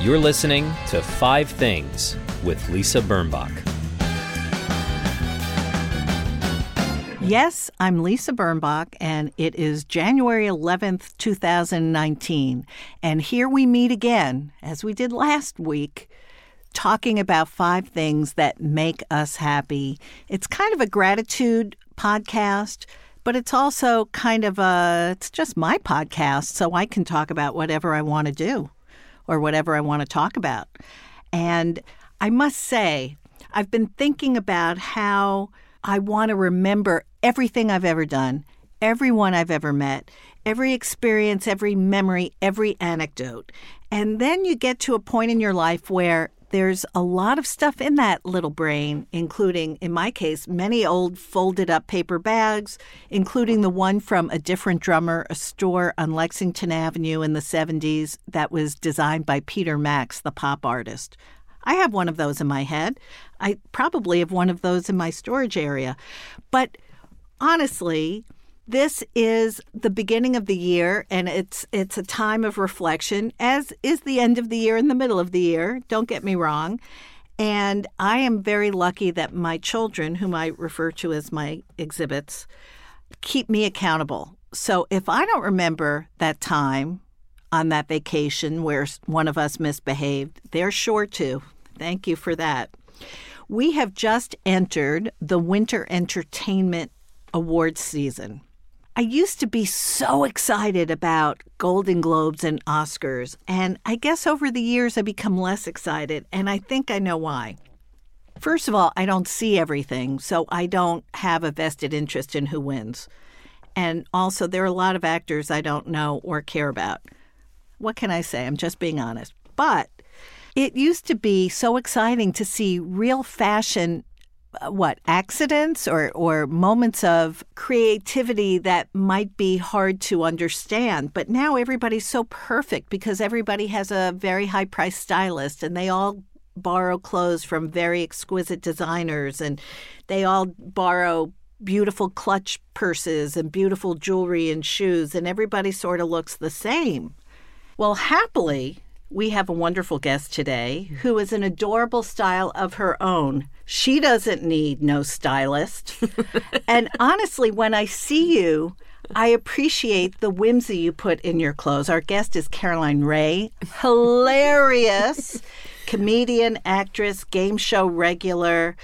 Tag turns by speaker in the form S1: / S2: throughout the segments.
S1: You're listening to Five Things with Lisa Birnbach.
S2: Yes, I'm Lisa Birnbach, and it is January 11th, 2019. And here we meet again, as we did last week, talking about five things that make us happy. It's kind of a gratitude podcast, but it's also kind of a, it's just my podcast, so I can talk about whatever I want to do or whatever I want to talk about. And I must say, I've been thinking about how I want to remember everything I've ever done, everyone I've ever met, every experience, every memory, every anecdote. And then you get to a point in your life where there's a lot of stuff in that little brain, including, in my case, many old folded up paper bags, including the one from a different drummer, a store on Lexington Avenue in the 70s that was designed by Peter Max, the pop artist. I have one of those in my head. I probably have one of those in my storage area. But honestly, this is the beginning of the year and it's it's a time of reflection as is the end of the year and the middle of the year, don't get me wrong. And I am very lucky that my children, whom I refer to as my exhibits, keep me accountable. So if I don't remember that time on that vacation where s- one of us misbehaved, they're sure to. Thank you for that. We have just entered the Winter Entertainment Awards season. I used to be so excited about Golden Globes and Oscars, and I guess over the years I become less excited, and I think I know why. First of all, I don't see everything, so I don't have a vested interest in who wins. And also, there are a lot of actors I don't know or care about. What can I say? I'm just being honest. But it used to be so exciting to see real fashion uh, what accidents or or moments of creativity that might be hard to understand but now everybody's so perfect because everybody has a very high priced stylist and they all borrow clothes from very exquisite designers and they all borrow beautiful clutch purses and beautiful jewelry and shoes and everybody sort of looks the same well, happily, we have a wonderful guest today who is an adorable style of her own. She doesn't need no stylist. and honestly, when I see you, I appreciate the whimsy you put in your clothes. Our guest is Caroline Ray, hilarious comedian, actress, game show regular.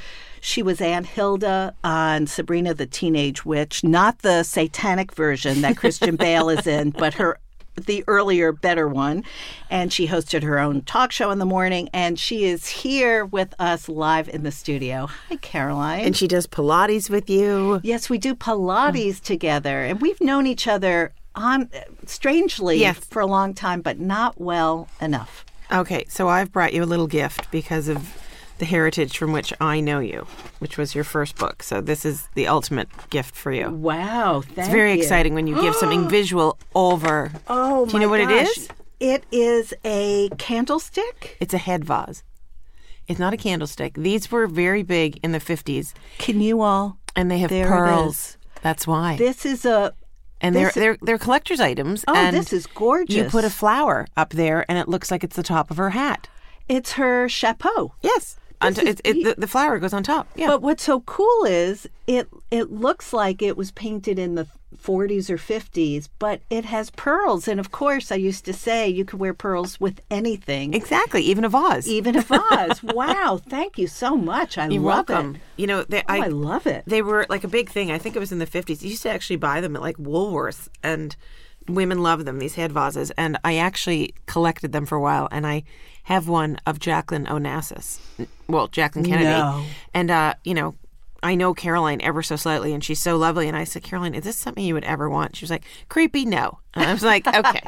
S2: She was Aunt Hilda on Sabrina the Teenage Witch, not the satanic version that Christian Bale is in, but her the earlier better one and she hosted her own talk show in the morning and she is here with us live in the studio hi caroline
S3: and she does Pilates with you.
S2: yes we do pilates together and we've known each other on strangely
S3: Yes.
S2: for a long time but not well enough
S3: Okay, so I've brought you a little gift because of the heritage from which I know you, which was your first book. So this is the ultimate gift for you.
S2: wow thank
S3: It's very
S2: you.
S3: exciting when you give something visual over.
S2: oh
S3: do you know
S2: my
S3: what
S2: gosh.
S3: it is?
S2: it is a candlestick
S3: It's a head vase. It's not a candlestick. These were very big in the fifties,
S2: can you all
S3: and they have
S2: There it
S3: pearls. That's why.
S2: this is a
S3: and they're
S2: this-
S3: they're they're collectors items.
S2: Oh,
S3: and
S2: this is gorgeous.
S3: You put a flower up there, and it looks like it's the top of her hat.
S2: it's her chapeau
S3: Yes. On
S2: This
S3: to-
S2: is
S3: it, it, the, the flower goes on top. Yeah.
S2: But what's so cool is it it looks like it was painted in the 40s or 50s, but it has pearls. And of course, I used to say you could wear pearls with anything,
S3: Exactly, even a vase.
S2: even a vase. wow! Thank you so much. I
S3: You're
S2: love
S3: welcome.
S2: it.
S3: You know, they,
S2: Oh, I,
S3: I,
S2: love it.
S3: they were like a big thing. I think it was in the 50s. You used to actually buy them at like Woolworths, and women love them, these head vases. And I actually collected them for a while, and I have one of Jacqueline Onassis. Well, Jacqueline Kennedy.
S2: No.
S3: And, uh, you know, I know Caroline ever so slightly, and she's so lovely. And I said, Caroline, is this something you would ever want? She was like, creepy, no. And I was like, okay.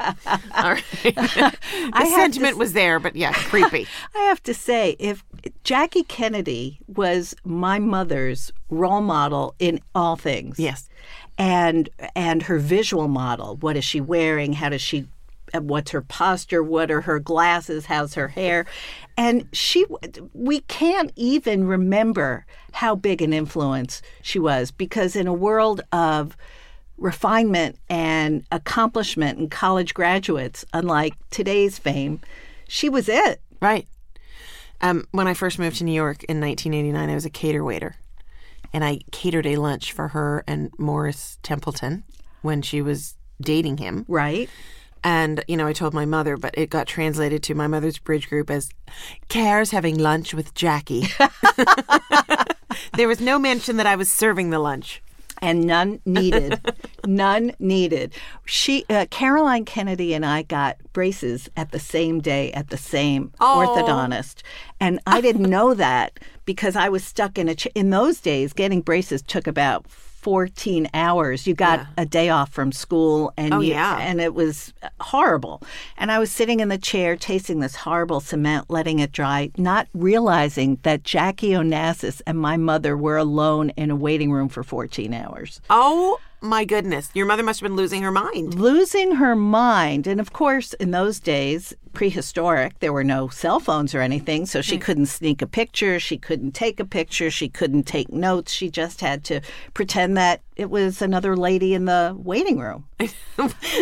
S3: All right. the sentiment was there, but yeah, creepy.
S2: I have to say, if Jackie Kennedy was my mother's role model in all things,
S3: Yes.
S2: and and her visual model. What is she wearing? How does she? uh, What's her posture? What are her glasses? How's her hair? And she, we can't even remember how big an influence she was because in a world of refinement and accomplishment and college graduates, unlike today's fame, she was it.
S3: Right. Um, when I first moved to New York in 1989, I was a cater waiter, and I catered a lunch for her and Morris Templeton when she was dating him.
S2: Right.
S3: And you know, I told my mother, but it got translated to my mother's bridge group as "Cares having lunch with Jackie." there was no mention that I was serving the lunch.
S2: and none needed. none needed. She, uh, Caroline Kennedy, and I got braces at the same day at the same orthodontist, and I didn't know that because I was stuck in a. Ch- in those days, getting braces took about. 14 hours you got a day off from school and you-
S3: yeah.
S2: and it was horrible and i was sitting in the chair tasting this horrible cement letting it dry not realizing that jackie onassis and my mother were alone in a waiting room for 14 hours
S3: Oh my goodness! Your mother must have been losing her mind.
S2: losing her mind. And of course, in those days, prehistoric, there were no cell phones or anything. So she couldn't sneak a picture. She couldn't take a picture. She couldn't take notes. She just had to pretend that it was another lady in the waiting room.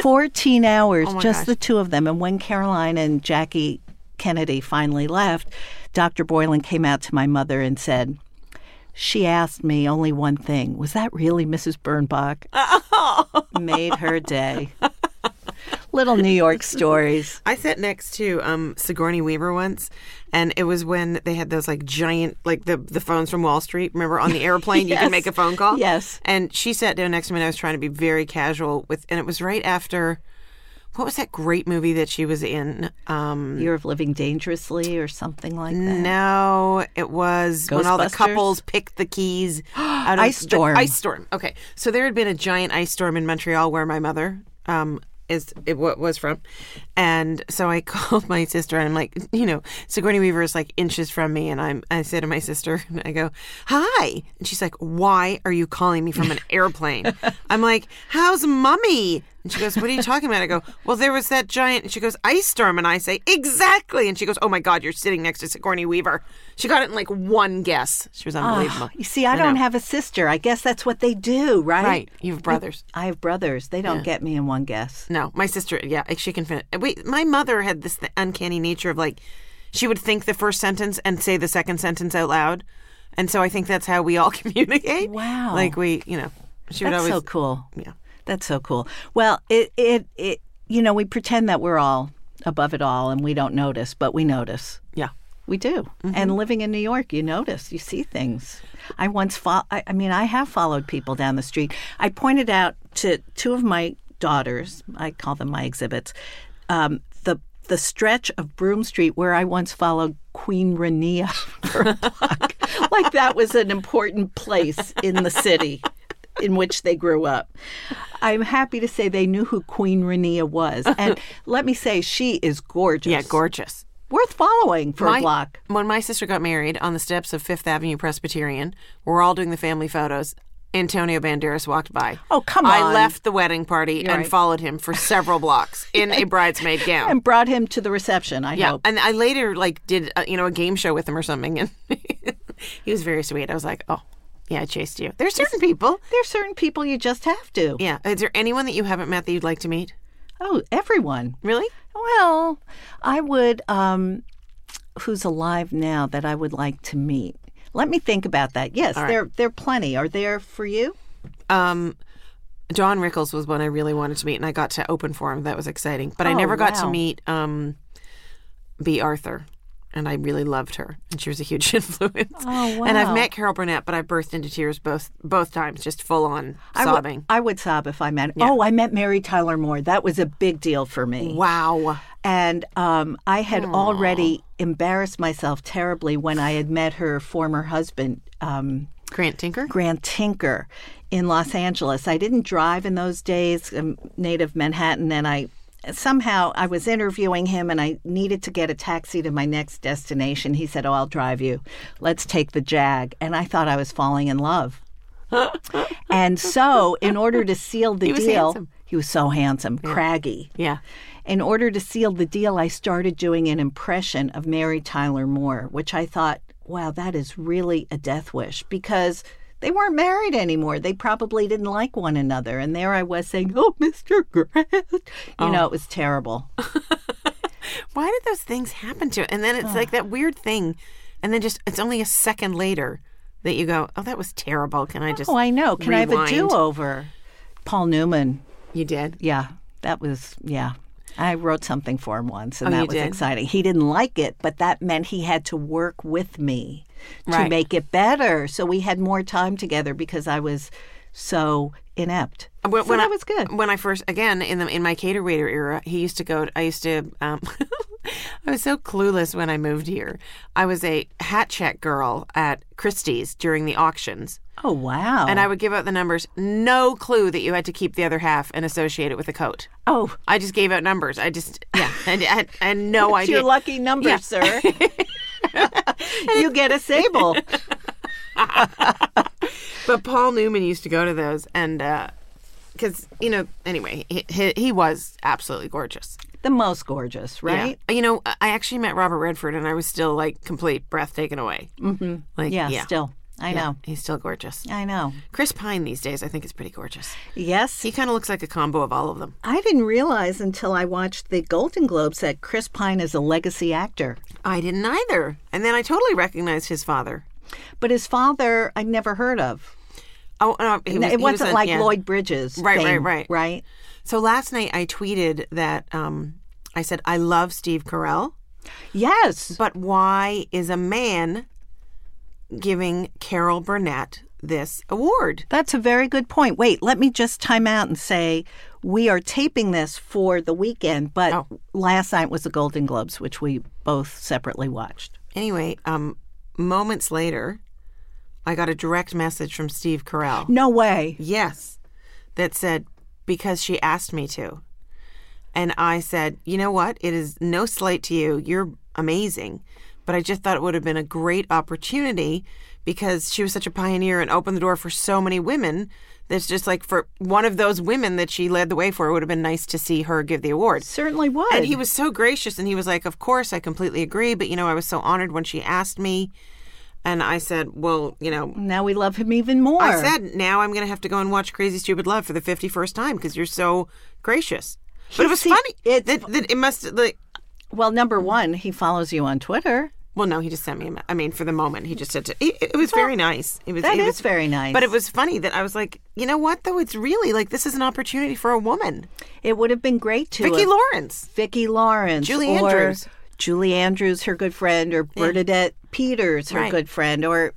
S2: 14 hours, just the two of them. And when Caroline and Jackie Kennedy finally left, Dr. Boylan came out to my mother and said, she asked me only one thing. Was that really Mrs. Bernbach? made her day. Little New York stories.
S3: I sat next to um, Sigourney Weaver once, and it was when they had those like giant, like the the phones from Wall Street. Remember on the airplane, you
S2: Yes.
S3: can make a phone call.
S2: Yes.
S3: And she sat down next to me, and I was trying to be very casual with, and it was right after. What was that great movie that she was in? Um,
S2: Year of Living Dangerously or something like that.
S3: no, it was when all the
S2: Uh, Ghostbusters?
S3: couples picked the keys out of
S2: Ice
S3: the-
S2: storm.
S3: ice storm. Okay, so there had been a giant ice storm in Montreal where my mother um, is it, wa- was from, and so I called my sister and I'm like, you know, Sigourney Weaver is like inches from me, and I'm I say to my sister, and I go, "Hi," and she's like, "Why are you calling me from an airplane?" I'm like, "How's mummy?" And she goes, What are you talking about? I go, Well, there was that giant. And she goes, Ice storm. And I say, Exactly. And she goes, Oh my God, you're sitting next to Sigourney Weaver. She got it in like one guess. She was unbelievable.
S2: Ah, You see, I, don't
S3: know.
S2: have a sister. I guess that's what they do, right?
S3: Right. You have brothers.
S2: I have brothers. They don't get me in one guess.
S3: No, my sister, yeah, like, she can finish. Wait, my mother had this th- uncanny nature of like, she would think the first sentence and say the second sentence out loud. And so I think that's how we all communicate.
S2: Wow.
S3: Like we, you know, she would
S2: That's
S3: always.
S2: so cool.
S3: Yeah.
S2: That's so cool. Well, it, it, it, you know, we pretend that we're all above it all and we don't notice, but we notice.
S3: Yeah.
S2: We do.
S3: Mm-hmm.
S2: And living in New York, you notice, you see things. I once fo- I, I mean, I have followed people down the street. I pointed out to two of my daughters, I call them my exhibits, um, the the stretch of Broom Street where I once followed Queen Rania for a block. like that was an important place in the city in which they grew up. I'm happy to say they knew who Queen Rania was. And let me say, she is gorgeous
S3: Yeah, gorgeous.
S2: worth following for
S3: My-
S2: a block.
S3: When my sister got married on the steps of Fifth Avenue Presbyterian, we're all doing the family photos. Antonio Banderas walked by.
S2: Oh, come
S3: I
S2: on.
S3: left the wedding party and
S2: right.
S3: followed him for several blocks in a bridesmaid gown.
S2: And brought him to the reception, I
S3: yeah,
S2: hope.
S3: and I later like did uh, you know a game show with him or something, and he was very sweet. I was like, oh, yeah, I chased you. There's certain people.
S2: There's certain people you just have to.
S3: Yeah, is there anyone that you haven't met that you'd like to meet?
S2: Oh, everyone.
S3: Really?
S2: Well, I would, um, who's alive now that I would like to meet? Let me think about that. Yes, there, there are plenty. Are there for you?
S3: Um, John Rickles was one I really wanted to meet, and I got to open for him. That was exciting, but I
S2: Oh,
S3: never got to
S2: wow.
S3: meet um, B. Arthur, and I really loved her, and she was a huge influence.
S2: Oh,
S3: And I've
S2: wow.
S3: met Carol Burnett, but I burst into tears both both times, just full on
S2: I would-
S3: sobbing.
S2: I would sob if I met. Oh, I met Mary Tyler Moore. That was a big deal for me.
S3: wow.
S2: And um, I had already embarrassed myself terribly when I had met her former husband, um,
S3: Grant Tinker.
S2: Grant Tinker in Los Angeles. I didn't drive in those days, I'm native Manhattan, and I somehow I was interviewing him and I needed to get a taxi to my next destination. He said, "Oh, I'll drive you. Let's take the Jag." And I thought I was falling in love. and so, in order to seal the
S3: was
S2: deal,
S3: handsome.
S2: he was so handsome, craggy.
S3: Yeah.
S2: In order to seal the deal, I started doing an impression of Mary Tyler Moore, which I thought, wow, that is really a death wish because they weren't married anymore. They probably didn't like one another.
S3: Oh.
S2: And there I was saying, oh, Mr. Grant. You know, it was terrible.
S3: why did those things happen to it? And then it's like that weird thing. And then just, it's only a second later that you go, oh, that was terrible. Can I just.
S2: Oh, I know. Can I have a
S3: rewind?"
S2: do over? Paul Newman.
S3: You did.
S2: Yeah, that was, yeah. I wrote something for him once, and
S3: Oh,
S2: that
S3: you
S2: was
S3: did?
S2: exciting. He didn't like it, but that meant he had to work with me to
S3: Right.
S2: make it better. So we had more time together because I was so inept.
S3: Uh, When,
S2: so
S3: when
S2: that
S3: I
S2: was good.
S3: When I first, again, in the in my cater waiter era, he used to go. I used to. Um, I was so clueless when I moved here. I was a hat check girl at Christie's during the auctions,
S2: Oh, wow.
S3: and I would give out the numbers. No clue that you had to keep the other half and associate it with a coat.
S2: oh,
S3: I just gave out numbers. I just yeah, and I, had- I had no
S2: it's
S3: idea.
S2: your lucky number,
S3: Yeah.
S2: sir. you get a sable.
S3: But Paul Newman used to go to those, and because you know, anyway, he, he, he was absolutely gorgeous.
S2: The most gorgeous, right?
S3: Yeah. You know, I I actually met Robert Redford, and I was still like complete breath taken away. Mm-hmm. Like
S2: Yeah,
S3: yeah,
S2: still. I
S3: Yeah.
S2: know.
S3: he's still gorgeous.
S2: I know.
S3: Chris Pine these days, I think, is pretty gorgeous.
S2: Yes.
S3: He kind of looks like a combo of all of them.
S2: I didn't realize until I watched the Golden Globes that Chris Pine is a legacy actor.
S3: I didn't either, and then I totally recognized his father.
S2: But his father, I'd never heard of.
S3: Oh, no, he was,
S2: it
S3: he was
S2: wasn't
S3: on-
S2: like
S3: yeah.
S2: Lloyd Bridges.
S3: Right,
S2: thing,
S3: right, right.
S2: Right?
S3: So last night I tweeted that um, I said I love Steve Carell,
S2: Yes.
S3: but why is a man giving Carol Burnett this award?
S2: That's a very good point. Wait, let me just time out and say we are taping this for the weekend, but
S3: Oh.
S2: last night was the Golden Globes, which we both separately watched.
S3: Anyway, um, moments later, I got a direct message from Steve Carell.
S2: No way.
S3: Yes, that said, because she asked me to. And I said, you know what? It is no slight to you. You're amazing. But I just thought it would have been a great opportunity because she was such a pioneer and opened the door for so many women. That's just like for one of those women that she led the way for, it would have been nice to see her give the award.
S2: Certainly would.
S3: And he was so gracious and he was like, Of course, I completely agree. But, you know, I was so honored when she asked me. And I said, Well, you know,
S2: now we love him even more.
S3: I said, now I'm going to have to go and watch Crazy Stupid Love for the 51st time because you're so gracious. But it was
S2: see,
S3: funny.
S2: it's
S3: that, that it must like.
S2: well, number one, he follows you on Twitter.
S3: Well, no, he just sent me. a me- I mean, for the moment, he just said to, it, it was very nice. It was
S2: That
S3: it
S2: is
S3: was,
S2: very nice.
S3: But it was funny that I was like, you know what though? It's really like this is an opportunity for a woman.
S2: It would have been great to
S3: Vicki
S2: have-
S3: Lawrence.
S2: Vicki Lawrence,
S3: Julie
S2: or
S3: Andrews.
S2: Julie Andrews, her good friend, or Bernadette Peters, her
S3: Right.
S2: good friend, or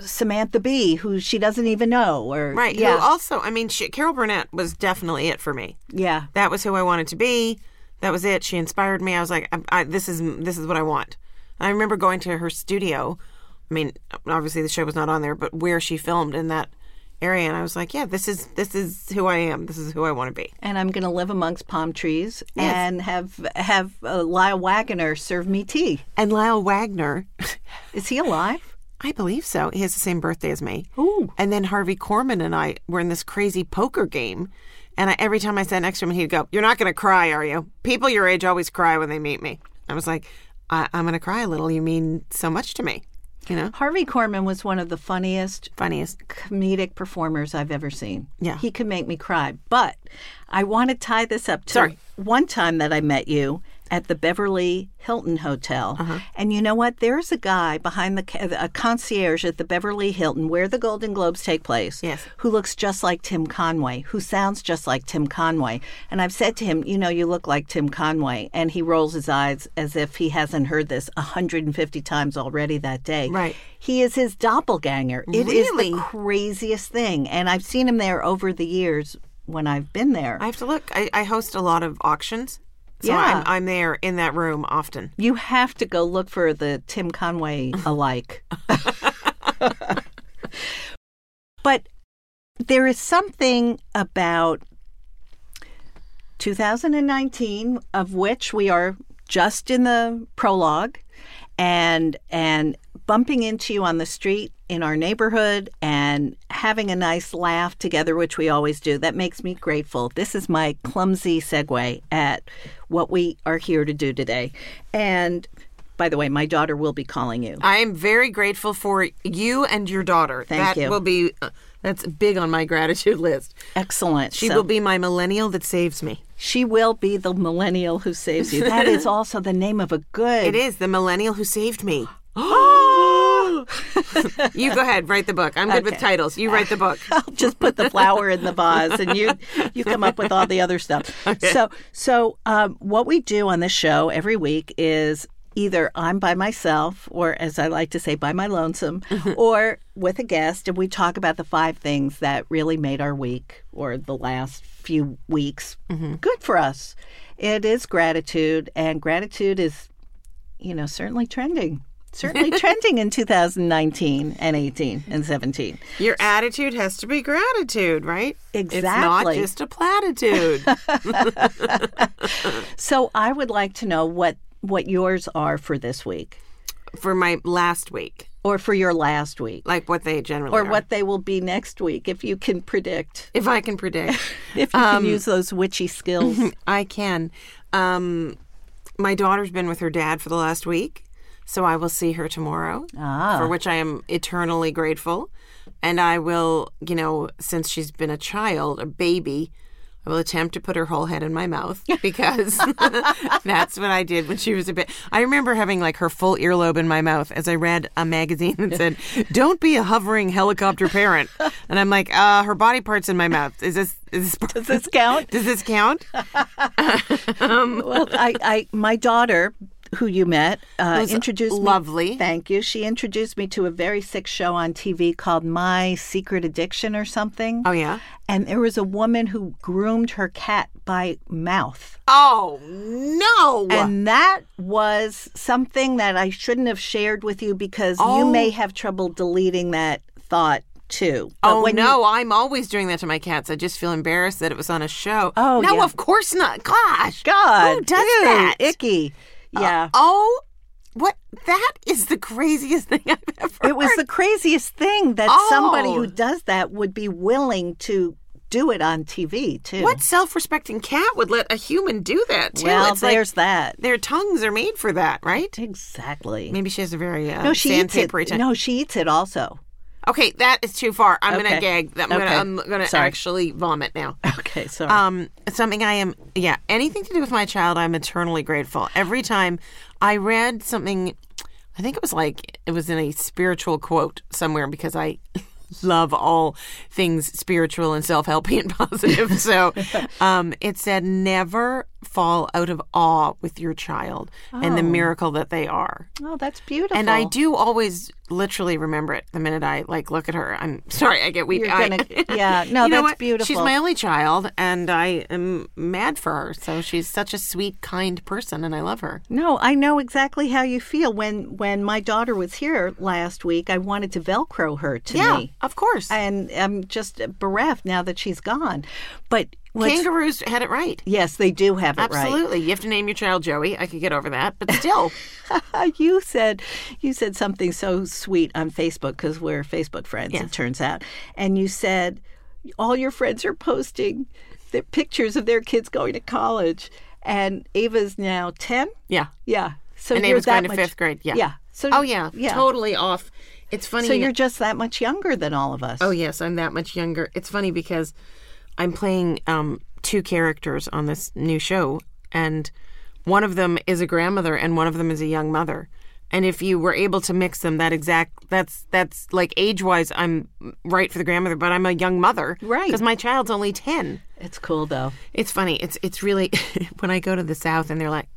S2: Samantha Bee, who she doesn't even know, or
S3: Right. who
S2: yeah,
S3: also, I mean, she, Carol Burnett was definitely it for me.
S2: yeah,
S3: That was who I wanted to be. That was it. She inspired me. I was like, I, I, this is this is what I want. And I remember going to her studio. I mean, obviously the show was not on there, but where she filmed in that area, and I was like, yeah, this is this is who I am. This is who I want to be.
S2: and I'm going to live amongst palm trees
S3: Yes.
S2: and have have uh, Lyle Waggoner serve me tea.
S3: And Lyle Wagner,
S2: Is he alive?
S3: I believe so. He has the same birthday as me.
S2: Ooh.
S3: And then Harvey Korman and I were in this crazy poker game. And I, every time I sat next to him, he'd go, You're not going to cry, are you? People your age always cry when they meet me. I was like, I, I'm going to cry a little. You mean so much to me. You know?
S2: Harvey Korman was one of the funniest
S3: Funniest.
S2: comedic performers I've ever seen.
S3: Yeah.
S2: He could make me cry. But I want to tie this up to
S3: Sorry.
S2: one time that I met you at the Beverly Hilton Hotel.
S3: Uh-huh.
S2: And you know what? There's a guy behind the ca- a concierge at the Beverly Hilton where the Golden Globes take place
S3: Yes.
S2: who looks just like Tim Conway, who sounds just like Tim Conway. And I've said to him, You know, you look like Tim Conway. And he rolls his eyes as if he hasn't heard this 150 times already that day.
S3: Right.
S2: He is his doppelganger. It is
S3: Really?
S2: the craziest thing. And I've seen him there over the years when I've been there.
S3: I have to look. I, I host a lot of auctions. So
S2: Yeah.
S3: I'm, I'm there in that room often.
S2: you have to go look for the Tim Conway alike. but there is something about 2019 of which we are just in the prologue and and bumping into you on the street in our neighborhood and having a nice laugh together which we always do that makes me grateful this is my clumsy segue at what we are here to do today and By the way, my daughter will be calling you.
S3: I am very grateful for you and your daughter.
S2: Thank
S3: that
S2: you.
S3: will be uh, that's big on my gratitude list.
S2: Excellent.
S3: She
S2: So
S3: will be my millennial that saves me.
S2: She will be the millennial who saves you. That is also the name of a good.
S3: It is the millennial who saved me. you go ahead, write the book. I'm good with titles. You write the book.
S2: I'll just put the flower in the vase and you you come up with all the other stuff. So so um, what we do on this show every week is either I'm by myself or as I like to say by my lonesome or with a guest and we talk about the five things that really made our week or the last few weeks good for us. It is gratitude and gratitude is you know certainly trending. Certainly trending in 2019 and 18 and 17.
S3: Your attitude has to be gratitude, right? It's not
S2: Exactly.
S3: just a platitude.
S2: So I would like to know what what yours are for this week
S3: for my last week,
S2: or for your last week
S3: like what they generally
S2: or
S3: are.
S2: what they will be next week if you can predict
S3: if I can predict.
S2: if you
S3: Um,
S2: can use those witchy skills.
S3: I can. Um, my daughter's been with her dad for the last week, so I will see her tomorrow, for which I am eternally grateful. And I will, you know, since she's been a child, a baby, I will attempt to put her whole head in my mouth because that's what I did when she was a bit. I remember having like her full earlobe in my mouth as I read a magazine that said, "Don't be a hovering helicopter parent." And I'm like, uh, her body parts in my mouth. Is this is this part-
S2: Does this count?
S3: does this count?
S2: well, I, I my daughter who you met uh,
S3: Who's
S2: introduced me-
S3: lovely.
S2: Thank you. She introduced me to a very sick show on TV called My Secret Addiction or something.
S3: Oh yeah.
S2: And there was a woman who groomed her cat by mouth.
S3: Oh no.
S2: And uh, that was something that I shouldn't have shared with you because
S3: Oh.
S2: you may have trouble deleting that thought too. But
S3: oh
S2: when you-
S3: no, I'm always doing that to my cats. I just feel embarrassed that it was on a show.
S2: Oh,
S3: no,
S2: yeah.
S3: of course not. Gosh.
S2: God,
S3: Who does
S2: ew,
S3: that?
S2: Icky. Yeah.
S3: Oh, what? That is the craziest thing I've ever.
S2: it was the craziest thing that somebody who
S3: Oh.
S2: does that would be willing to do it on TV too.
S3: What self-respecting cat would let a human do that? Too?
S2: Well,
S3: It's like
S2: there's that.
S3: their tongues are made for that, right?
S2: Exactly.
S3: Maybe she has a very uh,
S2: no, she eats it.
S3: sandpapery tongue.
S2: No, she eats it also.
S3: Okay, that is too far. I'm
S2: Okay.
S3: gonna gag. I'm
S2: Okay.
S3: gonna. I'm gonna
S2: Sorry.
S3: actually vomit now.
S2: Okay, sorry.
S3: um, something I am, yeah, anything to do with my child, I'm eternally grateful. Every time I read something, I think it was like, it was in a spiritual quote somewhere because I love all things spiritual and self helpy and positive. so um, it said, never fall out of awe with your child and the miracle that they are.
S2: oh, that's beautiful.
S3: And I do always literally remember it the minute I like look at her. I'm sorry, I get weepy.
S2: You're gonna- yeah, no,
S3: you
S2: that's
S3: know what? She's
S2: beautiful.
S3: my only child, and I am mad for her. So she's such a sweet, kind person, and I love her.
S2: No, I know exactly how you feel. When when my daughter was here last week, I wanted to Velcro her to
S3: Yeah,
S2: me,
S3: of course.
S2: and I'm just bereft now that she's gone. But what's-
S3: Kangaroos had it right.
S2: yes, they do have it right.
S3: Absolutely. You have to name your child Joey. I could get over that, but still.
S2: you said you said something so sweet on Facebook because we're Facebook friends. It turns out, and you said all your friends are posting the pictures of their kids going to college, and Ava's now ten.
S3: yeah.
S2: Yeah, so
S3: And
S2: you're
S3: Ava's
S2: that
S3: going to
S2: much-
S3: fifth grade. Yeah.
S2: Yeah. So
S3: Oh, yeah.
S2: Yeah.
S3: Totally off. It's funny.
S2: So you're just that much younger than all of us.
S3: Oh yes, I'm that much younger. It's funny because I'm playing um, two characters on this new show, and one of them is a grandmother, and one of them is a young mother. And if you were able to mix them, that exact that's that's like age wise, I'm right for the grandmother, but I'm a young mother,
S2: Right.
S3: Because my child's only ten.
S2: It's cool though.
S3: It's funny. It's it's really when I go to the South and they're like,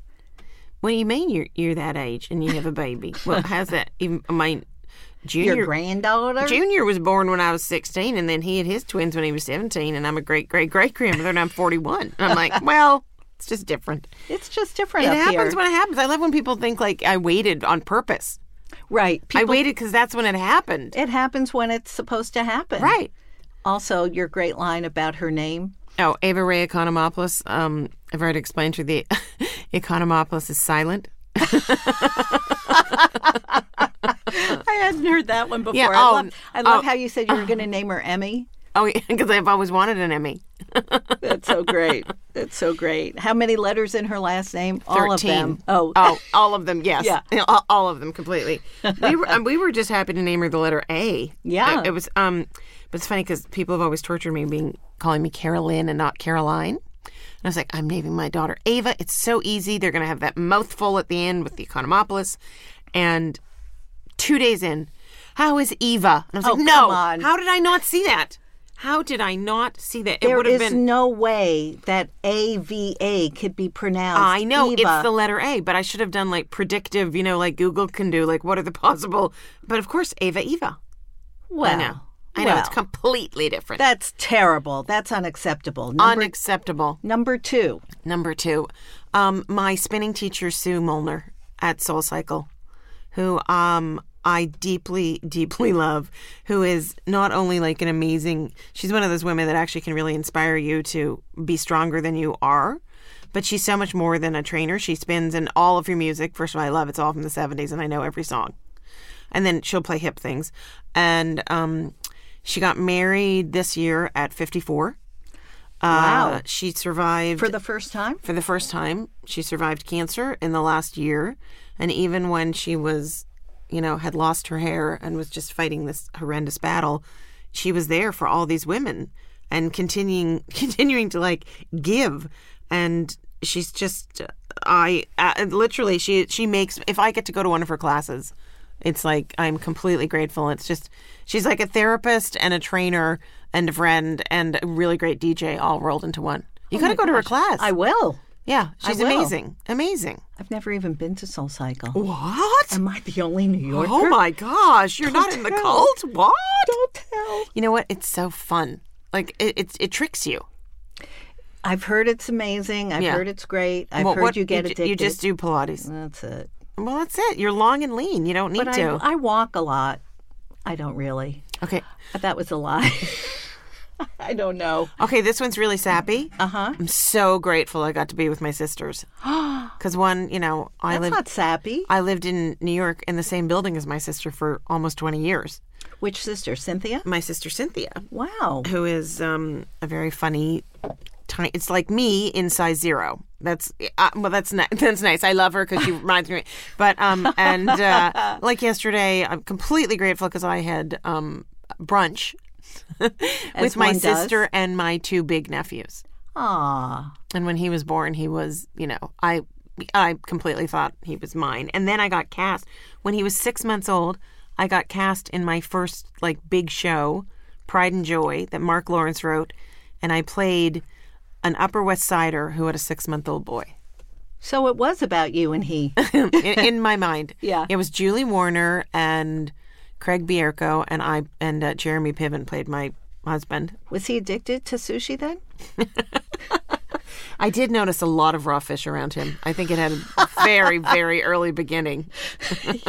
S3: "What do you mean you're you're that age and you have a baby?" well, how's that? Even my
S2: Your,
S3: junior
S2: granddaughter.
S3: Junior was born when I was 16, and then he had his twins when he was 17, and I'm a great, great, great grandmother, and I'm 41. And I'm like, well, it's just different.
S2: It's just different
S3: It
S2: up
S3: happens
S2: here,
S3: when it happens. I love when people think like I waited on purpose.
S2: right?
S3: I
S2: People,
S3: waited because that's when it happened.
S2: it happens when it's supposed to happen,
S3: Right.
S2: Also, your great line about her name.
S3: Oh, Ava Ray Economopoulos. Um, I've already explained to you the Economopoulos is silent.
S2: I hadn't heard that one before.
S3: Yeah,
S2: I
S3: oh,
S2: love, I love how you said you were going to name her Emmy.
S3: Oh, because I've always wanted an Emmy.
S2: That's so great. That's so great. How many letters in her last name? All of
S3: 13.
S2: them. Oh,
S3: oh, all of them. Yes,
S2: Yeah.
S3: all, all of them completely. We were um, we were just happy to name her the letter A.
S2: Yeah.
S3: it, it was. Um, but it's funny because people have always tortured me being calling me Carolyn and not Caroline. And I was like, I'm naming my daughter Ava. It's so easy. They're gonna have that mouthful at the end with the Economopolis, and two days in, how is Eva? And I was
S2: Oh,
S3: like, No,
S2: come on.
S3: how did I not see that? How did I not see that? it
S2: there
S3: would have
S2: is
S3: been
S2: no way that A V A could be pronounced.
S3: I know
S2: Eva.
S3: it's the letter A, but I should have done like predictive, you know, like Google can do, like what are the possible? But of course, Ava Eva.
S2: well.
S3: I know, I know, it's
S2: well,
S3: completely different,
S2: That's terrible. That's unacceptable. Number,
S3: unacceptable.
S2: number two.
S3: Number two, um, my spinning teacher Sue Molnar at Soul Cycle, who um, I deeply, deeply love, who is not only like an amazing, she's one of those women that actually can really inspire you to be stronger than you are. But she's so much more than a trainer. She spins in all of her music. First of all, I love it's all from the '70s, and I know every song. and then she'll play hip things. And um, she got married this year at 54.
S2: Wow.
S3: Uh, she survived
S2: For the first time?
S3: for the first time. She survived cancer in the last year, and even when she was, you know, had lost her hair and was just fighting this horrendous battle, she was there for all these women and continuing continuing to like give and she's just I uh, literally she she makes if I get to go to one of her classes it's like I'm completely grateful. It's just she's like a therapist and a trainer and a friend and a really great DJ all rolled into one. You
S2: Oh
S3: gotta go to her class.
S2: I will.
S3: Yeah, she's
S2: will.
S3: amazing. Amazing.
S2: I've never even been to Soul Cycle.
S3: What?
S2: Am I the only New Yorker?
S3: Oh my gosh, you're not in the cult? What?
S2: Don't tell.
S3: You know what? It's so fun. Like it it, it tricks you.
S2: I've heard it's amazing. I've
S3: Yeah.
S2: heard it's great. I've
S3: What-
S2: heard
S3: what-
S2: you get
S3: ju-
S2: addicted.
S3: You just do Pilates.
S2: That's it.
S3: Well, that's it. You're long and lean. You don't need
S2: But I,
S3: to.
S2: I walk a lot. I don't really.
S3: okay.
S2: That was a lie. I don't know.
S3: Okay, this one's really sappy.
S2: Uh huh.
S3: I'm so grateful I got to be with my sisters. Cuz one, you know, I
S2: That's
S3: lived
S2: not sappy.
S3: I lived in New York in the same building as my sister for almost 20 years.
S2: Which sister, Cynthia?
S3: My sister Cynthia,
S2: Wow.
S3: who is um, a very funny. Tiny, it's like me in size zero. That's uh, well, that's ni- that's nice. I love her because she reminds me. But um, and uh, like yesterday, I'm completely grateful because I had um brunch with my
S2: one does.
S3: sister and my two big nephews.
S2: Ah.
S3: And when he was born, he was, you know, I I completely thought he was mine. And then I got cast when he was 6 months old. I got cast in my first like big show, Pride and Joy, that Mark Lawrence wrote, and I played an Upper West Sider who had a 6-month-old boy.
S2: So it was about you and he.
S3: in, in my mind.
S2: Yeah.
S3: It was Julie Warner and Craig Bierko and I and uh, Jeremy Piven played my husband.
S2: Was he addicted to sushi then?
S3: I did notice a lot of raw fish around him. I think it had a very, very early beginning.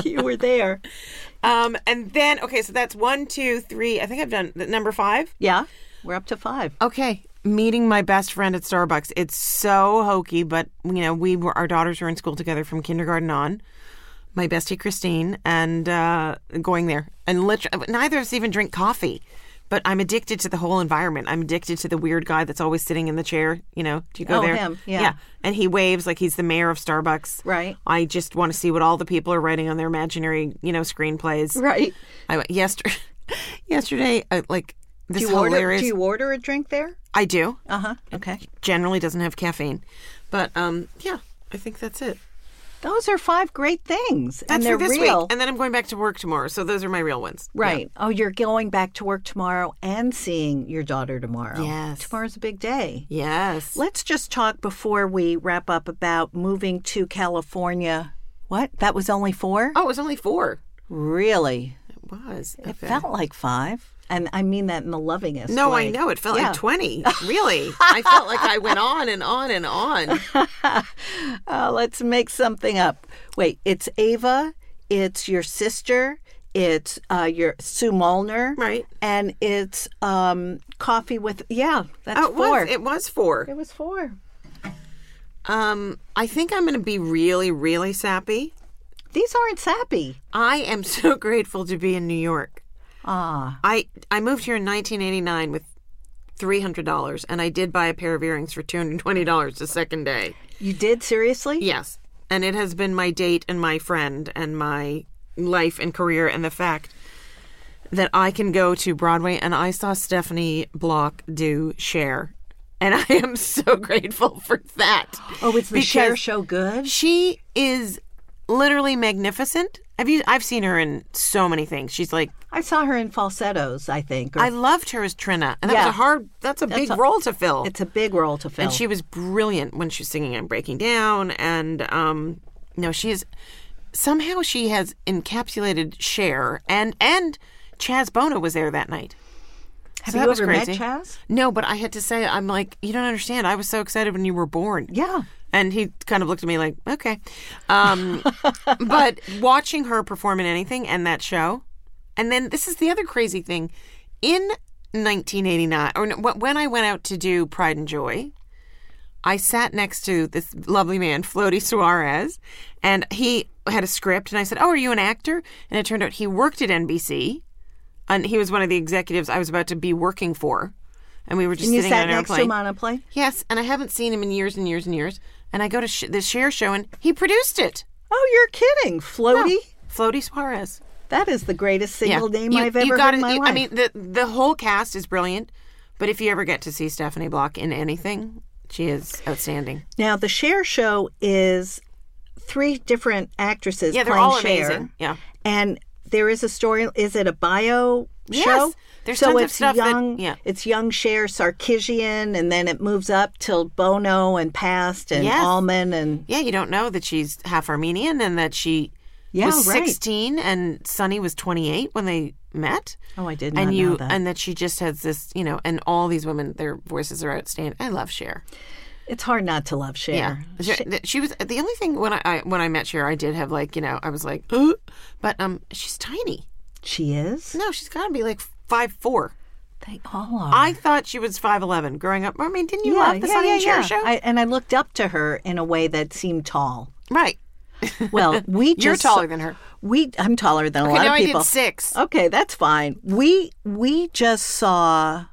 S2: you were there.
S3: Um, and then okay, so that's one, two, three. I think I've done the number five.
S2: Yeah. We're up to five.
S3: Okay, meeting my best friend at Starbucks. It's so hokey, but you know, we were our daughters were in school together from kindergarten on. My bestie Christine and uh, going there, and literally neither of us even drink coffee, but I'm addicted to the whole environment. I'm addicted to the weird guy that's always sitting in the chair. You know, do you go
S2: Oh,
S3: there?
S2: him, yeah.
S3: yeah, and he waves like he's the mayor of Starbucks.
S2: Right.
S3: I just want to see what all the people are writing on their imaginary, you know, screenplays.
S2: Right.
S3: I went yesterday. Yesterday, I, like this
S2: Do you, order,
S3: hilarious.
S2: do you order a drink there?
S3: I do
S2: Uh huh. Okay.
S3: generally doesn't have caffeine, but um, yeah, I think that's it.
S2: Those are five great things.
S3: That's
S2: and they're
S3: for this
S2: real.
S3: week, and then I'm going back to work tomorrow. So those are my real ones.
S2: Right. Oh, you're going back to work tomorrow and seeing your daughter tomorrow.
S3: Yes.
S2: Tomorrow's a big day.
S3: Yes.
S2: Let's just talk before we wrap up about moving to California. What? That was only four?
S3: Oh, it was only four.
S2: Really?
S3: It was.
S2: It felt like five. And I mean that in the lovingest
S3: No,
S2: way.
S3: I know. It felt
S2: Yeah.
S3: like twenty. Really, I felt like I went on and on and on.
S2: Uh, let's make something up. Wait, it's Ava, it's your sister, it's uh, your Sue Molnar,
S3: Right.
S2: And it's um, coffee with yeah, that's
S3: Oh, it
S2: four.
S3: was. It was four.
S2: it was four.
S3: Um, I think I'm going to be really, really sappy.
S2: These aren't sappy.
S3: I am so grateful to be in New York.
S2: Ah,
S3: I I moved here in 1989 with $300 and I did buy a pair of earrings for $220 the second day.
S2: You did seriously?
S3: Yes. And it has been my date and my friend and my life and career and the fact that I can go to Broadway and I saw Stephanie Block do Share. And I am so grateful for that.
S2: Oh, it's the share
S3: Because
S2: show good.
S3: She is literally magnificent. I've used, I've seen her in so many things. She's like
S2: I saw her in falsettos. I think or
S3: I loved her as Trina, and that was
S2: Yeah.
S3: a hard. That's a big role to fill.
S2: it's a big role to fill.
S3: and she was brilliant when she was singing and breaking down. And um, no, she is somehow she has encapsulated Cher and and Chaz Bona was there that night.
S2: Have
S3: So
S2: you
S3: that was
S2: ever
S3: crazy.
S2: met Chaz?
S3: No, but I had to say I'm like you don't understand. I was so excited when you were born.
S2: Yeah.
S3: Oh. And he kind of looked at me like, okay. Um, but watching her perform in anything and that show, and then this is the other crazy thing. In 1989, or no, wh- when I went out to do Pride and Joy, I sat next to this lovely man, Floaty Suarez, and he had a script. And I said, Oh, are you an actor? And it turned out he worked at NBC, and he was one of the executives I was about to be working for. And we were just
S2: And you
S3: sitting
S2: sat
S3: on an
S2: next to
S3: airplane.
S2: him on a plane.
S3: Yes, and I haven't seen him in years and years and years. And I go to sh- the Cher show, and he produced it.
S2: Oh, you're kidding, Floaty.
S3: Floaty Suarez.
S2: That is the greatest single name
S3: Oh. You-
S2: I've
S3: you
S2: ever heard
S3: gotta-
S2: in my
S3: you-
S2: life.
S3: I mean, the the whole cast is brilliant. But if you ever get to see Stephanie Block in anything, she is outstanding.
S2: now the share show is three different actresses
S3: Yeah, they're
S2: playing
S3: all
S2: Cher.
S3: amazing. Yeah.
S2: and there is a story. Is it a bio
S3: Yes.
S2: show?
S3: There's
S2: so
S3: tons of
S2: it's
S3: stuff that-
S2: young.
S3: yeah.
S2: it's young Cher Sarkisian, and then it moves up till Bono and Past and
S3: Yes.
S2: Allman and
S3: Yeah, you don't know that she's half Armenian and that she
S2: yeah,
S3: was
S2: right.
S3: 16 and Sonny was 28 when they met.
S2: Oh, I did not
S3: And
S2: know
S3: you
S2: that.
S3: and that she just has this, you know, and all these women, their voices are outstanding. I love Cher.
S2: it's hard not to love Cher.
S3: Yeah, she, th- she was the only thing when I, I when I met Cher, I did have like you know I was like, Ooh, but um, she's tiny.
S2: She is.
S3: No, she's got to be like five four.
S2: They all are.
S3: I thought she was five eleven growing up. I mean, didn't you love the Sonny and Cher show?
S2: I, and I looked up to her in a way that seemed tall.
S3: right,
S2: Well, we just
S3: you're taller than her.
S2: we. I'm taller than a
S3: Okay,
S2: lot
S3: no,
S2: of
S3: I
S2: people.
S3: did six.
S2: Okay, that's fine. We we just saw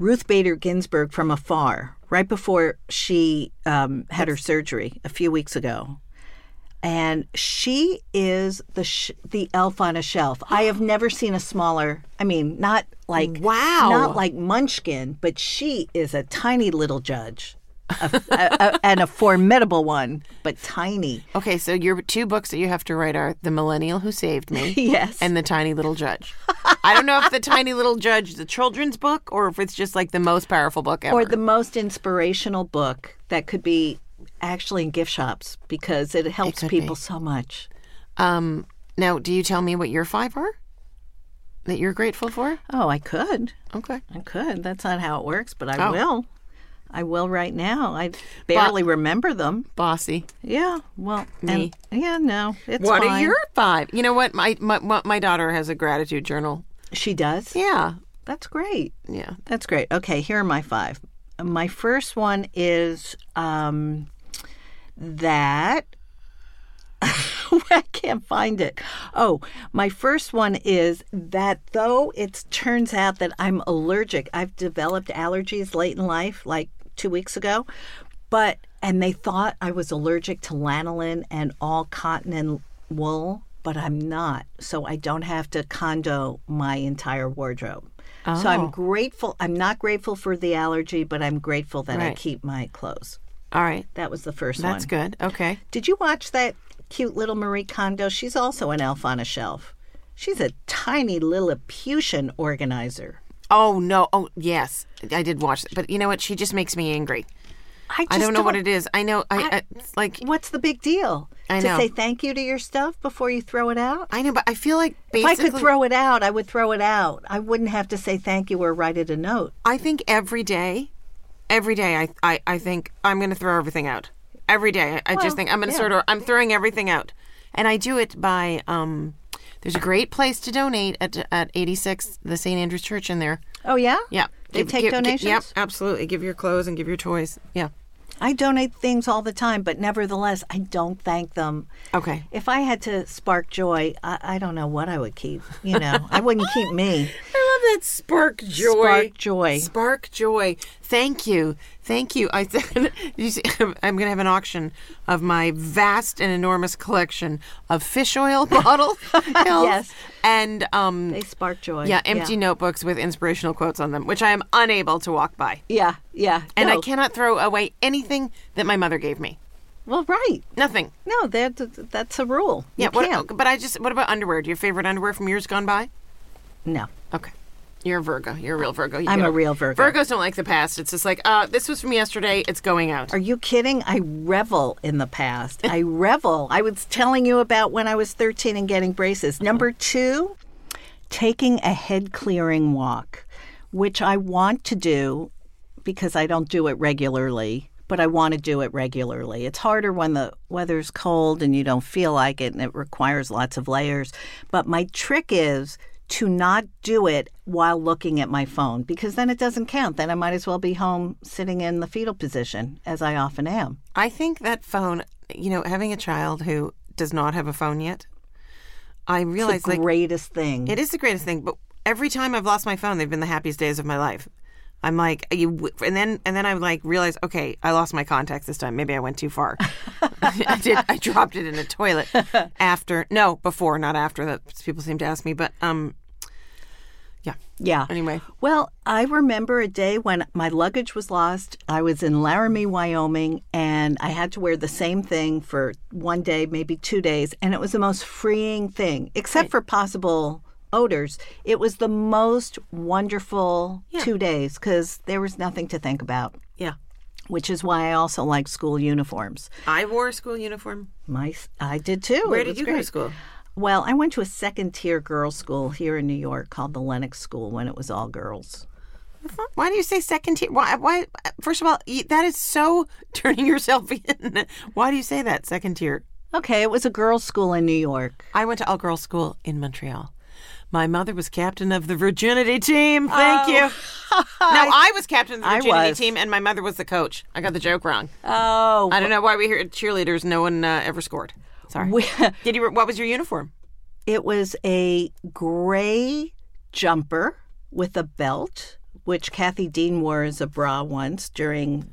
S2: Ruth Bader Ginsburg from afar right before she um, had her surgery a few weeks ago, and she is the sh- the elf on a shelf. I have never seen a smaller. I mean, not like
S3: Wow.
S2: not like Munchkin, but she is a tiny little judge. A- a- a- and a formidable one, but tiny.
S3: Okay, so your two books that you have to write are The Millennial Who Saved Me
S2: Yes.
S3: and The Tiny Little Judge. I don't know if The Tiny Little Judge is a children's book or if it's just like the most powerful book ever.
S2: or the most inspirational book that could be actually in gift shops because it helps
S3: could
S2: people so much.
S3: um, now, do you tell me what your five are that you're grateful for?
S2: Oh, I could.
S3: Okay.
S2: I could. That's not how it works, but I
S3: Oh.
S2: will. I will right now. I barely remember them.
S3: Bossy.
S2: Yeah. Well,
S3: Me.
S2: And, yeah, no. It's
S3: what
S2: fine.
S3: are your five? You know what? My, my my my daughter has a gratitude journal.
S2: She does?
S3: Yeah,
S2: That's great.
S3: yeah.
S2: That's great. Okay, here are my five. My first one is um, that. I can't find it. Oh, my first one is that though it turns out that I'm allergic, I've developed allergies late in life, like two weeks ago, but, and they thought I was allergic to lanolin and all cotton and wool, but I'm not. So I don't have to condo my entire wardrobe. So
S3: Oh.
S2: I'm grateful. I'm not grateful for the allergy, but I'm grateful that I
S3: Right.
S2: keep my clothes.
S3: All right,
S2: That was the first one.
S3: that's good. Okay,
S2: Did you watch that cute little Marie Kondo? She's also an elf on a shelf. She's a tiny Lilliputian organizer.
S3: Oh no! Oh yes, I did watch it, but you know what? She just makes me angry.
S2: just
S3: I don't know what it is. I know. I, I it's like.
S2: What's the big deal?
S3: I
S2: to
S3: know.
S2: say thank you to your stuff before you throw it out.
S3: I know, but I feel like
S2: If
S3: basically.
S2: I could throw it out, I would throw it out. I wouldn't have to say thank you or write it a note.
S3: I think every day, every day, I I, I think I'm going to throw everything out. Every day, I, I
S2: Well,
S3: just think I'm going to
S2: yeah.
S3: sort of I'm throwing everything out, and I do it by um. There's a great place to donate at at 86 the St Andrew's Church in there.
S2: Oh yeah,
S3: Yeah,
S2: They take
S3: gi-
S2: donations.
S3: yep, absolutely. Give your clothes and give your toys. Yeah.
S2: I donate things all the time, but nevertheless, I don't thank them.
S3: Okay.
S2: If I had to spark joy, I, I don't know what I would keep. You know, I wouldn't keep me.
S3: I love that spark joy?
S2: Spark joy.
S3: Spark joy. Thank you. Thank you. I said, you see, I'm going to have an auction of my vast and enormous collection of fish oil bottles.
S2: Yes.
S3: And um,
S2: They spark joy.
S3: yeah, empty notebooks with inspirational quotes on them, which I am unable to walk by.
S2: Yeah, yeah.
S3: And I
S2: No.
S3: cannot throw away anything that my mother gave me.
S2: Well, right.
S3: Nothing.
S2: No, that that's a rule. You
S3: yeah, what,
S2: can't.
S3: but I just, what about underwear? Do your favorite underwear from years gone by?
S2: No.
S3: Okay. You're a Virgo. You're a real Virgo. You
S2: I'm
S3: get
S2: a
S3: it.
S2: real Virgo.
S3: Virgos don't like the past. It's just like, uh, this was from yesterday. It's going out.
S2: Are you kidding? I revel in the past. I revel. I was telling you about when I was 13 and getting braces. Number two, taking a head clearing walk, which I want to do because I don't do it regularly, but I want to do it regularly. It's harder when the weather's cold and you don't feel like it and it requires lots of layers. But my trick is to not do it while looking at my phone because then it doesn't count. Then I might as well be home sitting in the fetal position as I often am.
S3: I think that phone, you know, having a child who does not have a phone yet, I
S2: It's
S3: realize
S2: the
S3: like
S2: greatest thing.
S3: it is the greatest thing. But every time I've lost my phone, they've been the happiest days of my life. I'm like, you, and then and then I like realize, okay, I lost my contacts this time. Maybe I went too far. I did. I dropped it in the toilet after. No, before, not after. That people seem to ask me, but um, yeah.
S2: yeah.
S3: Anyway.
S2: Well, I remember a day when my luggage was lost. I was in Laramie, Wyoming, and I had to wear the same thing for one day, maybe two days. And it was the most freeing thing, except for possible odors. It was the most wonderful two days because there was nothing to think about,
S3: Yeah.
S2: which is why I also like school uniforms.
S3: I wore a school uniform.
S2: My, I did too.
S3: Where
S2: It
S3: did
S2: was
S3: you go to
S2: great.
S3: school?
S2: Well, I went to a second tier girls' school here in New York called the Lenox School when it was all girls.
S3: Why do you say second tier? Why? Why? First of all, you- that is so turning yourself in. Why do you say that second tier?
S2: Okay, it was a girls' school in New York.
S3: I went to all girls school in Montreal. My mother was captain of the virginity team. Thank you. No, I was captain of the
S2: Oh. I
S3: virginity
S2: was.
S3: team, and my mother was the coach. I got the joke wrong.
S2: Oh,
S3: I don't know why we hear cheerleaders. No one uh, ever scored. Sorry.
S2: we-
S3: Did you? What was your uniform?
S2: it was a gray jumper with a belt, which Kathy Dean wore as a bra once during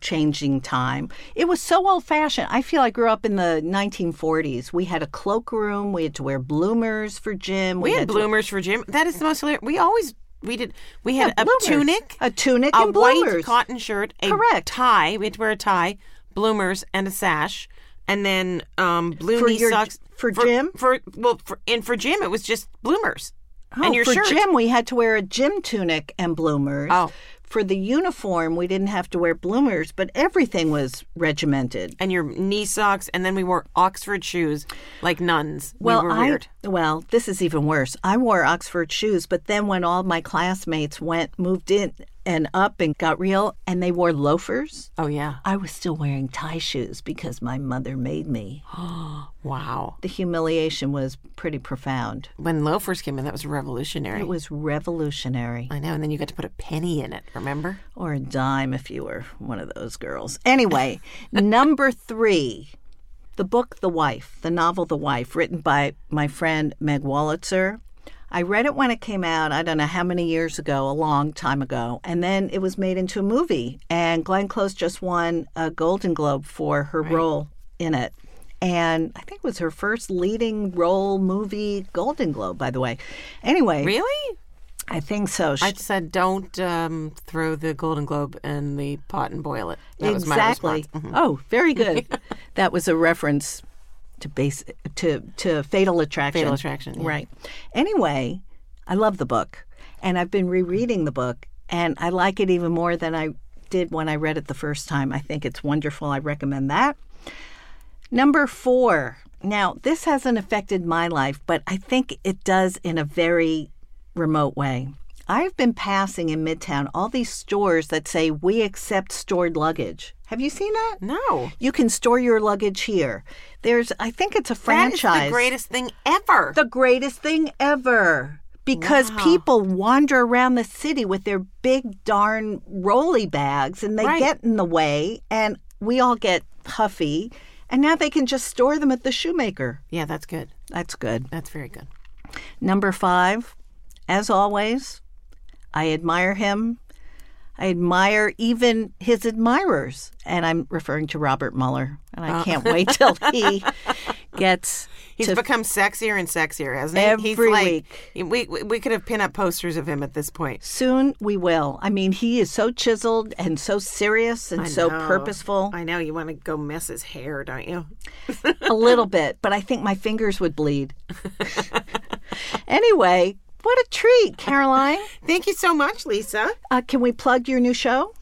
S2: changing time. It was so old fashioned. I feel I grew up in the 1940s. We had a cloakroom, we had to wear bloomers for gym.
S3: We had
S2: to-
S3: bloomers for gym. That is the most hilarious. We always we did. We had a
S2: bloomers.
S3: tunic.
S2: a tunic,
S3: a
S2: and bloomers.
S3: white cotton shirt, a
S2: Correct.
S3: tie. We had to wear a tie, bloomers, and a sash, and then um, blue
S2: For
S3: knee
S2: your-
S3: socks
S2: for gym?
S3: For well, for, and for Jim it was just bloomers
S2: Oh,
S3: and your
S2: for
S3: shirt.
S2: gym, we had to wear a gym tunic and bloomers.
S3: Oh.
S2: For the uniform, we didn't have to wear bloomers, but everything was regimented.
S3: And your knee socks, and then we wore Oxford shoes like nuns.
S2: well,
S3: we were
S2: I
S3: weird.
S2: well, this is even worse. I wore Oxford shoes, but then when all my classmates went moved in and up and got real, and they wore loafers,
S3: Oh yeah,
S2: I was still wearing tie shoes because my mother made me.
S3: wow.
S2: The humiliation was pretty profound.
S3: When loafers came in, that was revolutionary.
S2: It was revolutionary.
S3: I know, and then you got to put a penny in it. Remember?
S2: or a dime if you were one of those girls. Anyway, number three, the book The Wife, the novel The Wife, written by my friend Meg Wolitzer. I read it when it came out, I don't know how many years ago, a long time ago, and then it was made into a movie. And Glenn Close just won a Golden Globe for her role in it. And I think it was her first leading role movie Golden Globe, by the way. Anyway,
S3: Really?
S2: I think so.
S3: I said, don't um, throw the Golden Globe in the pot and boil it. That was my
S2: exactly.
S3: response. Mm-hmm.
S2: Oh, very good. that was a reference to base to to Fatal Attraction.
S3: Fatal Attraction, yeah.
S2: Right. Anyway, I love the book, and I've been rereading the book, and I like it even more than I did when I read it the first time. I think it's wonderful. I recommend that. Number four. Now, this hasn't affected my life, but I think it does in a very remote way. I've been passing in Midtown all these stores that say, We accept stored luggage. Have you seen that?
S3: No.
S2: You can store your luggage here. There's, I think it's a franchise.
S3: That is the greatest thing ever.
S2: The greatest thing ever. Because people wander around the city with their big darn rolly bags and they
S3: Right.
S2: get in the way and we all get huffy. And now they can just store them at the shoemaker.
S3: yeah, that's good.
S2: That's good.
S3: That's very good.
S2: Number five, as always, I admire him. I admire even his admirers. And I'm referring to Robert Mueller. And I can't wait till he gets
S3: Uh. He's
S2: to
S3: become sexier and sexier, hasn't he? He's
S2: Every
S3: like, We, we we could have pin up posters of him at this point.
S2: soon we will. I mean, he is so chiseled and so serious and so
S3: know.
S2: purposeful.
S3: I know you want to go mess his hair, don't you?
S2: a little bit, but I think my fingers would bleed. anyway, what a treat, Caroline.
S3: Thank you so much, Lisa.
S2: Uh, can we plug your new show?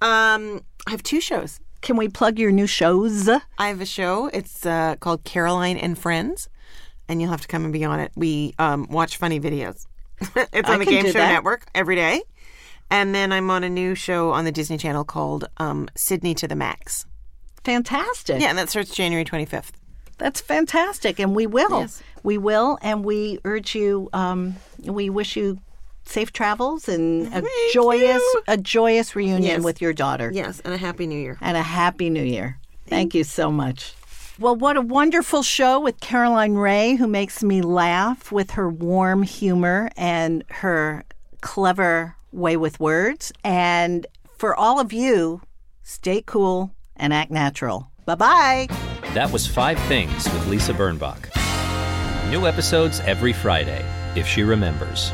S3: Um, I have two shows.
S2: Can we plug your new shows?
S3: I have a show. It's uh, called Caroline and Friends, and you'll have to come and be on it. We um, watch funny videos. it's on the
S2: can
S3: Game
S2: do
S3: Show
S2: that.
S3: Network every day, and then I'm on a new show on the Disney Channel called um, Sydney to the Max.
S2: Fantastic.
S3: Yeah, and that starts January 25th.
S2: That's fantastic. And we will.
S3: Yes.
S2: We will. And we urge you, um, we wish you safe travels and a joyous, a joyous reunion
S3: Yes.
S2: with your daughter.
S3: Yes, and a happy New Year.
S2: and a happy new year. Thank you so much. Well, what a wonderful show with Caroline Ray, who makes me laugh with her warm humor and her clever way with words. And for all of you, stay cool and act natural. Bye bye.
S1: That was Five Things with Lisa Bernbach. New episodes every Friday, if she remembers.